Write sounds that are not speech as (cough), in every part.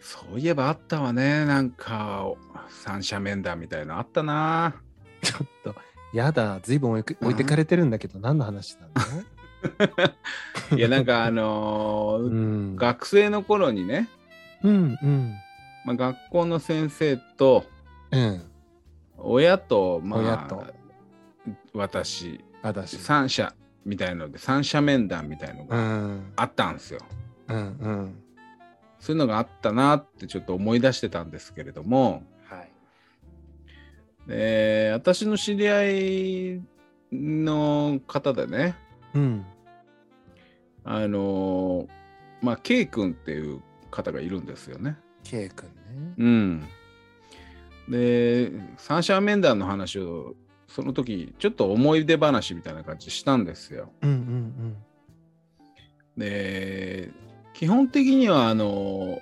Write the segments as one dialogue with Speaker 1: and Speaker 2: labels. Speaker 1: そういえばあったわね。なんか、三者面談みたいなのあった
Speaker 2: (laughs)
Speaker 1: な。
Speaker 2: ちょっと、やだ、ずいぶん置い置いてかれてるんだけど、何の話なの
Speaker 1: いや、なんかあの
Speaker 2: う
Speaker 1: ー
Speaker 2: ん。
Speaker 1: 学生の頃にね、
Speaker 2: うん、うん。
Speaker 1: まあ、学校の先生と
Speaker 2: うん。
Speaker 1: 親と、まあ、
Speaker 2: 親と
Speaker 1: 私、
Speaker 2: 私。
Speaker 1: 三者みたいので、三者面談みたいの
Speaker 2: う
Speaker 1: が
Speaker 2: ん。
Speaker 1: あったんですよ。
Speaker 2: うん、うん。
Speaker 1: そういうのがあったなってちょっと思い出してたんですけれども、
Speaker 2: はい。
Speaker 1: えー私の知り合いの方でね、
Speaker 2: うん。
Speaker 1: あのーまあ K 君っていう方がいるんですよね。
Speaker 2: K 君ね。
Speaker 1: うん、で三者面談の話をその時ちょっと思い出話みたいな感じしたんですよ。
Speaker 2: うん、うん、
Speaker 1: で基本的にはあの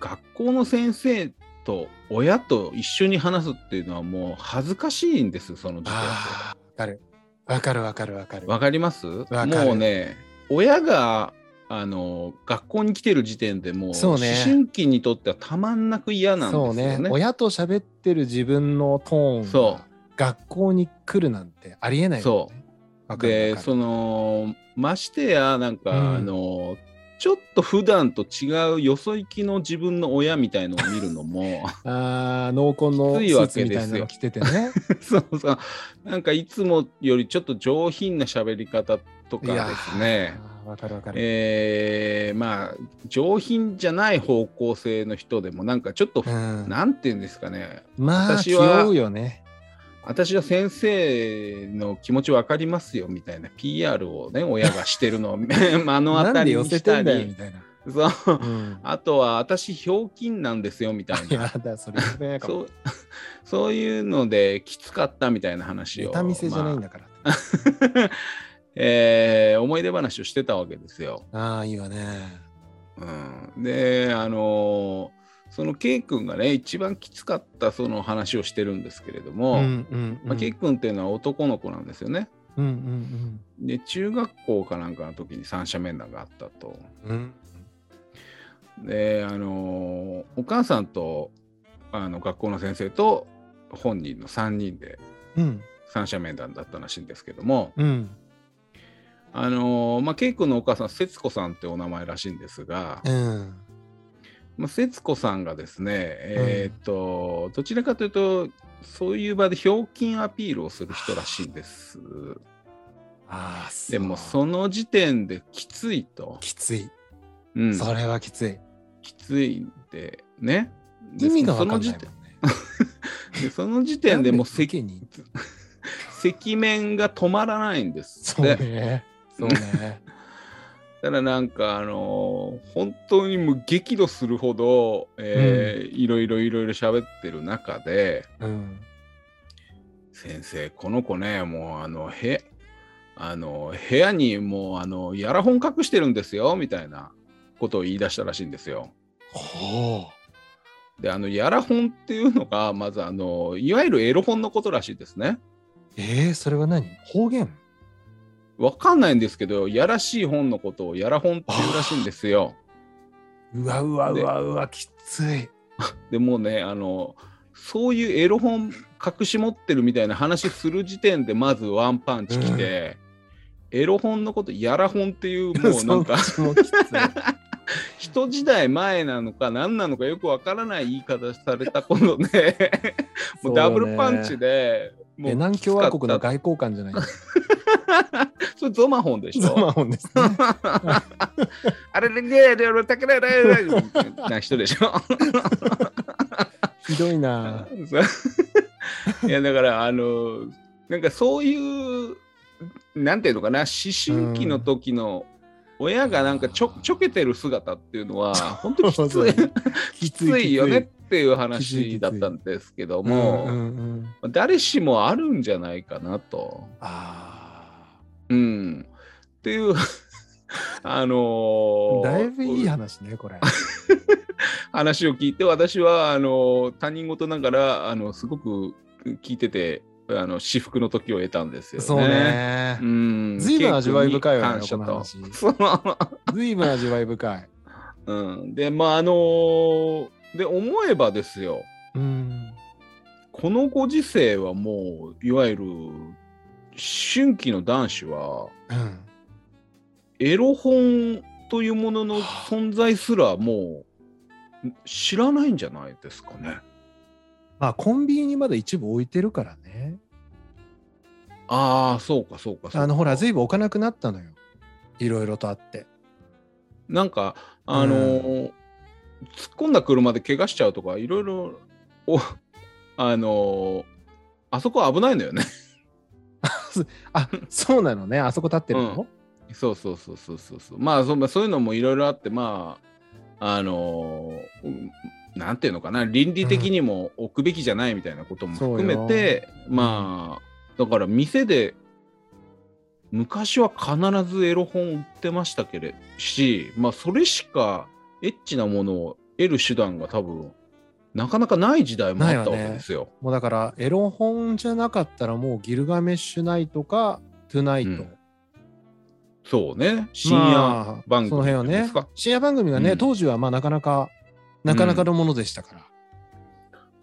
Speaker 1: 学校の先生と親と一緒に話すっていうのはもう恥ずかしいんですその
Speaker 2: うん。
Speaker 1: 時点で。
Speaker 2: ああ、わかる。わかる、わかる、わかる。
Speaker 1: わかります
Speaker 2: かる
Speaker 1: もうね親があの学校に来てる時点でもう
Speaker 2: そう
Speaker 1: 思
Speaker 2: ね
Speaker 1: 春期にとってはたまんなく嫌なんです
Speaker 2: そ
Speaker 1: よ
Speaker 2: う
Speaker 1: ね。
Speaker 2: ね。親と喋ってる自分のトーンが
Speaker 1: そう
Speaker 2: 学校に来るなんてありえないもんね。わかるわ
Speaker 1: で
Speaker 2: かる
Speaker 1: そのましてやなんか、
Speaker 2: うん
Speaker 1: あのちょっと普段と違うよそ行きの自分の親みたいのを見るの
Speaker 2: (laughs)
Speaker 1: も
Speaker 2: ああ、濃厚
Speaker 1: きつ
Speaker 2: のス
Speaker 1: いわ
Speaker 2: ーツ
Speaker 1: け
Speaker 2: み
Speaker 1: で
Speaker 2: たい
Speaker 1: すよ
Speaker 2: なの着ててね。
Speaker 1: そうそうなんかいつもよりちょっと上品な喋り方と
Speaker 2: い
Speaker 1: かですね。
Speaker 2: ー。わかるわかる。
Speaker 1: えーまあ上品じゃない方向性の人でもなんかちょっと
Speaker 2: うん、
Speaker 1: なんて言うんですかね
Speaker 2: まあ、
Speaker 1: 私
Speaker 2: 気
Speaker 1: は
Speaker 2: 負うよね。
Speaker 1: 私は先生の気持ち分かりますよみたいな PR をね親がしてるの
Speaker 2: (laughs)
Speaker 1: を目の当
Speaker 2: な
Speaker 1: た
Speaker 2: んで
Speaker 1: り
Speaker 2: 寄
Speaker 1: に
Speaker 2: せ
Speaker 1: した
Speaker 2: てんだよみ
Speaker 1: り
Speaker 2: たいな。
Speaker 1: そう
Speaker 2: うん、 (laughs)
Speaker 1: あとは私ひょうきんなんですよみたいな
Speaker 2: やだ、それよくないか
Speaker 1: そ
Speaker 2: も。
Speaker 1: うそういうのできつかったみたいな話
Speaker 2: ネ
Speaker 1: を
Speaker 2: タ見せじゃないんだから。
Speaker 1: まあえー思い出話をしてたわけですよ。
Speaker 2: ああ、いいわね。
Speaker 1: うん、であのーその K 君がね一番きつかったその話をしてるんですけれど
Speaker 2: う
Speaker 1: も、
Speaker 2: んうんうん。
Speaker 1: まあ、K 君っていうのは男の子なんですよね。
Speaker 2: うんうん
Speaker 1: で中学校かなんかの時に三者面談があったと。
Speaker 2: うん。うん
Speaker 1: であのーお母さんとあの学校の先生と本人の3人で
Speaker 2: うん
Speaker 1: 三者面談だったらしいんですけども、
Speaker 2: うん。
Speaker 1: あのーまあ、ケイ君のお母さん節子さんってお名前らしいんですが、
Speaker 2: うん。
Speaker 1: まあ、節子さんがですね、えーっとどちらかというとそういう場でひょうきんアピールをする人らしいんです。
Speaker 2: ああ、そう
Speaker 1: でもその時点できついと。
Speaker 2: きつい。
Speaker 1: うん
Speaker 2: それはきつい。
Speaker 1: きついんでね。で
Speaker 2: 意味がわかん
Speaker 1: そ
Speaker 2: な
Speaker 1: の
Speaker 2: いもん
Speaker 1: 時
Speaker 2: ね。
Speaker 1: 点でその時点でもうせ
Speaker 2: 世間に。
Speaker 1: 赤面が止まらないんです
Speaker 2: そ
Speaker 1: っ
Speaker 2: う
Speaker 1: て。
Speaker 2: ね。 (laughs) そうね。
Speaker 1: だからなんかあのー本当にもう激怒するほど、えーいろいろいろいろ喋ってる中で
Speaker 2: うん。
Speaker 1: 「先生この子ねもうあのへあの部屋にもうあのやら本隠してるんですよ」みたいなことを言い出したらしいんですよ。
Speaker 2: ほ
Speaker 1: であのやら本っていうのがまずあのいわゆるエロ本のことらしいですね。
Speaker 2: う。えー、それは何方言
Speaker 1: わかんないんですけど、やらしい本のことをやら本っていうらしいんですよ。
Speaker 2: うわうわうわうわ、きつい。
Speaker 1: でもうね、あの、そういうエロ本隠し持ってるみたいな話する時点で、まずワンパンチ来て、エロ本のこと、やら本っていう、もうなんか、
Speaker 2: そっちも (laughs) きつい。
Speaker 1: 人時代前なのか何なのかよくわからない言い方されたことで、もうダブルパンチ
Speaker 2: で。
Speaker 1: で、もう
Speaker 2: え、南共和国の外交官じ
Speaker 1: (laughs)
Speaker 2: ゃないです
Speaker 1: それゾマ本でし
Speaker 2: ゾ
Speaker 1: ょ
Speaker 2: マホンですね。
Speaker 1: (laughs) あれれれれれ、たけれれれみたいな人でしょ
Speaker 2: ひどいな。
Speaker 1: そうい (laughs) やだからあのなんかそういうなんていうのかな思春期の時の親がなんかちょ
Speaker 2: うん
Speaker 1: ちょけてる姿っていうの
Speaker 2: (laughs)
Speaker 1: は本当にきつい
Speaker 2: き
Speaker 1: きついよねっ。ていう話だったんですけども、
Speaker 2: もう。うんうん
Speaker 1: 誰しもあるんじゃないかなと。
Speaker 2: あ
Speaker 1: うん、っていう (laughs) あのー
Speaker 2: あ。だいぶいい話ね、これ。
Speaker 1: 話を聞いて私はあの他人事ながらあのすごく聞いててあの至福の時を得たんですよね。
Speaker 2: そうね
Speaker 1: う。ん。
Speaker 2: ずいぶん味わい深いわね
Speaker 1: ケイ君に感謝と
Speaker 2: この話
Speaker 1: そう
Speaker 2: ずいぶん味わい深い。
Speaker 1: うん、でまああのーで思えばですよ
Speaker 2: うん。
Speaker 1: このご時世はもういわゆる春季の男子は
Speaker 2: うん。
Speaker 1: エロ本というものの存在すらもう知らないんじゃないですかね。
Speaker 2: まあ、コンビニにまだ一部置いてるからね。
Speaker 1: ああそうかそうかそうか
Speaker 2: あの、ほら、ずいぶん置かなくなったのよ。いろいろとあって。
Speaker 1: なんかあのー突っ込んだ車で怪我しちゃうとかいろいろおあのーあそこ危ないのよね。 (laughs)
Speaker 2: あ、そうなのね。あそこ立ってるの、
Speaker 1: そうそうそうそうそうそう。まあそまあそういうのもいろいろあってまああのーうんなんていうのかな倫理的にも置くべきじゃないみたいなことも含めて、
Speaker 2: よ
Speaker 1: まあだから店で昔は必ずエロ本売ってましたけれしまあそれしかエッチなものを得る手段が多分なかなかない時代もあったわけですよ。
Speaker 2: もうだから、エロ本じゃなかったらもうギルガメッシュナイトか、トゥナイト。
Speaker 1: うんそうね深夜番組
Speaker 2: まあその辺は
Speaker 1: で
Speaker 2: ね
Speaker 1: すか、
Speaker 2: 深夜番組がね、
Speaker 1: うん
Speaker 2: 当時はまあなかなかなかなかのものでしたから、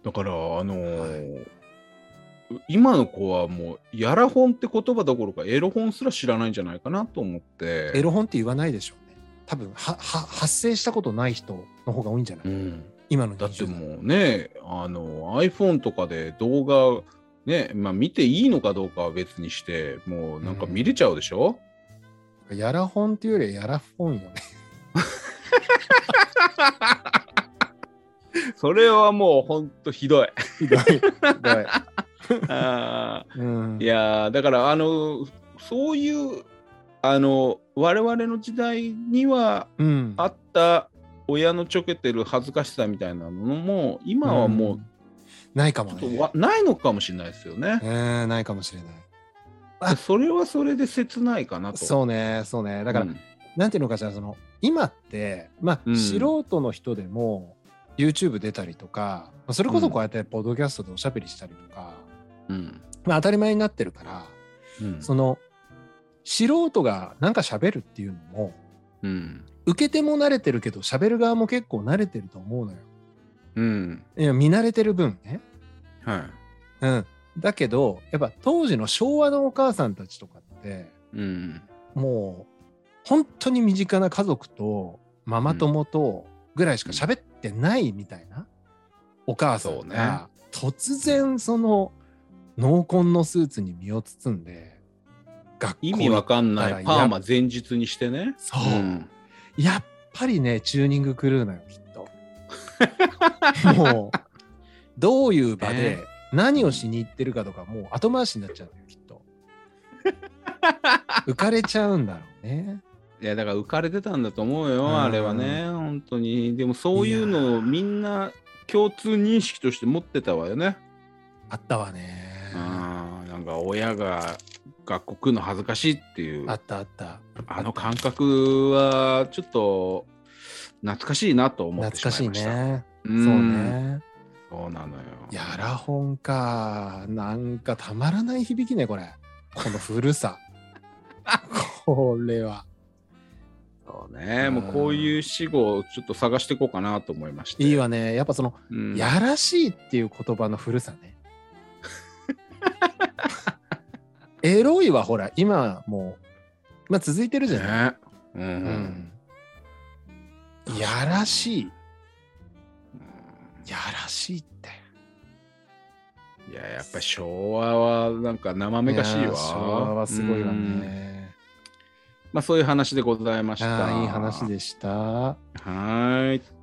Speaker 1: だから、あのー今の子はもう、やら本って言葉どころか、エロ本すら知らないんじゃないかなと思って。
Speaker 2: エロ本って言わないでしょうね多分はは発生したことない人の方が多いんじゃない、
Speaker 1: うん、
Speaker 2: 今の20
Speaker 1: だって
Speaker 2: 代
Speaker 1: もうね、あの iPhone とかで動画、ね、まあ見ていいのかどうかは別にして、もうなんか見れちゃうでしょ、
Speaker 2: やら本っていうよりはやら本よね
Speaker 1: それはもうほんとひどい。
Speaker 2: ひどいひどい、
Speaker 1: (laughs) あ
Speaker 2: (laughs) うん
Speaker 1: ーいやーだから、あのそういう、あの我々の時代には
Speaker 2: うん、
Speaker 1: あった親のちょけてる恥ずかしさみたいなのも今はも
Speaker 2: んないか
Speaker 1: う
Speaker 2: も
Speaker 1: ちょっ
Speaker 2: ね
Speaker 1: とわ、ないのかもしれないですよね
Speaker 2: え。ーないかもしれないあ
Speaker 1: でそれはそれで切ないかなと。
Speaker 2: そうねそうねだから、
Speaker 1: うん
Speaker 2: なんていうのかしらその今って、まあ
Speaker 1: うん
Speaker 2: 素人の人でも YouTube 出たりとか、まあそれこそこうやってポッドキャストでおしゃべりしたりとか、
Speaker 1: うん
Speaker 2: まあ、当たり前になってるから、
Speaker 1: うん
Speaker 2: その素人がなんか喋るっていうのも
Speaker 1: うん
Speaker 2: 受け手も慣れてるけど喋る側も結構慣れてると思うのよ。
Speaker 1: うん
Speaker 2: いや見慣れてる分ね。
Speaker 1: は
Speaker 2: うん、だけどやっぱ当時の昭和のお母さんたちとかって
Speaker 1: い。うん
Speaker 2: もう本当に身近な家族とママ友とぐらいしか喋ってないみたいなお母さんが突然その濃紺のスーツに身を包んで学校
Speaker 1: 意味わかんな
Speaker 2: だから
Speaker 1: い
Speaker 2: や
Speaker 1: パーマ前日にしてね。
Speaker 2: そう、
Speaker 1: ん
Speaker 2: やっぱりねチューニングクルーなよき
Speaker 1: (laughs)
Speaker 2: っともうどういう場で
Speaker 1: ね
Speaker 2: 何をしに行ってるかとかもう後回しになっちゃうのよきっ
Speaker 1: (laughs)
Speaker 2: と浮かれちゃうんだろうね
Speaker 1: いやだから浮かれてたんだと思う
Speaker 2: う
Speaker 1: よ
Speaker 2: ん
Speaker 1: あれはね本当にでもそういうの
Speaker 2: いやー
Speaker 1: をみんな共通認識として持ってたわよね。
Speaker 2: あったわね
Speaker 1: あーなんか親が学校来るの恥ずかしいっていう
Speaker 2: あったあった
Speaker 1: あの感覚はちょっと懐かしいなと思っ
Speaker 2: 懐
Speaker 1: てしま
Speaker 2: かし
Speaker 1: い
Speaker 2: い
Speaker 1: ました。
Speaker 2: ね
Speaker 1: う
Speaker 2: そ
Speaker 1: ん。
Speaker 2: うね
Speaker 1: そうなのよ。
Speaker 2: やらほんかなんかたまらない響きねこれこの
Speaker 1: (laughs)
Speaker 2: 古さこれは
Speaker 1: そうね。もうこういう死語をちょっと探していこうかなと思いまして。
Speaker 2: いいわねやっぱその
Speaker 1: うん。
Speaker 2: やらしいっていう言葉の古さね。エロいはほら今もう、まあ、続いてるじゃない、
Speaker 1: ね。うん。
Speaker 2: うんやらしいやらしいって
Speaker 1: いや、やっぱ昭和はなんか生めかしい
Speaker 2: や
Speaker 1: わ。
Speaker 2: ー昭和はすごいわ
Speaker 1: うん。
Speaker 2: ね
Speaker 1: まあそういう話でございました。
Speaker 2: あーいい話でした
Speaker 1: はーい。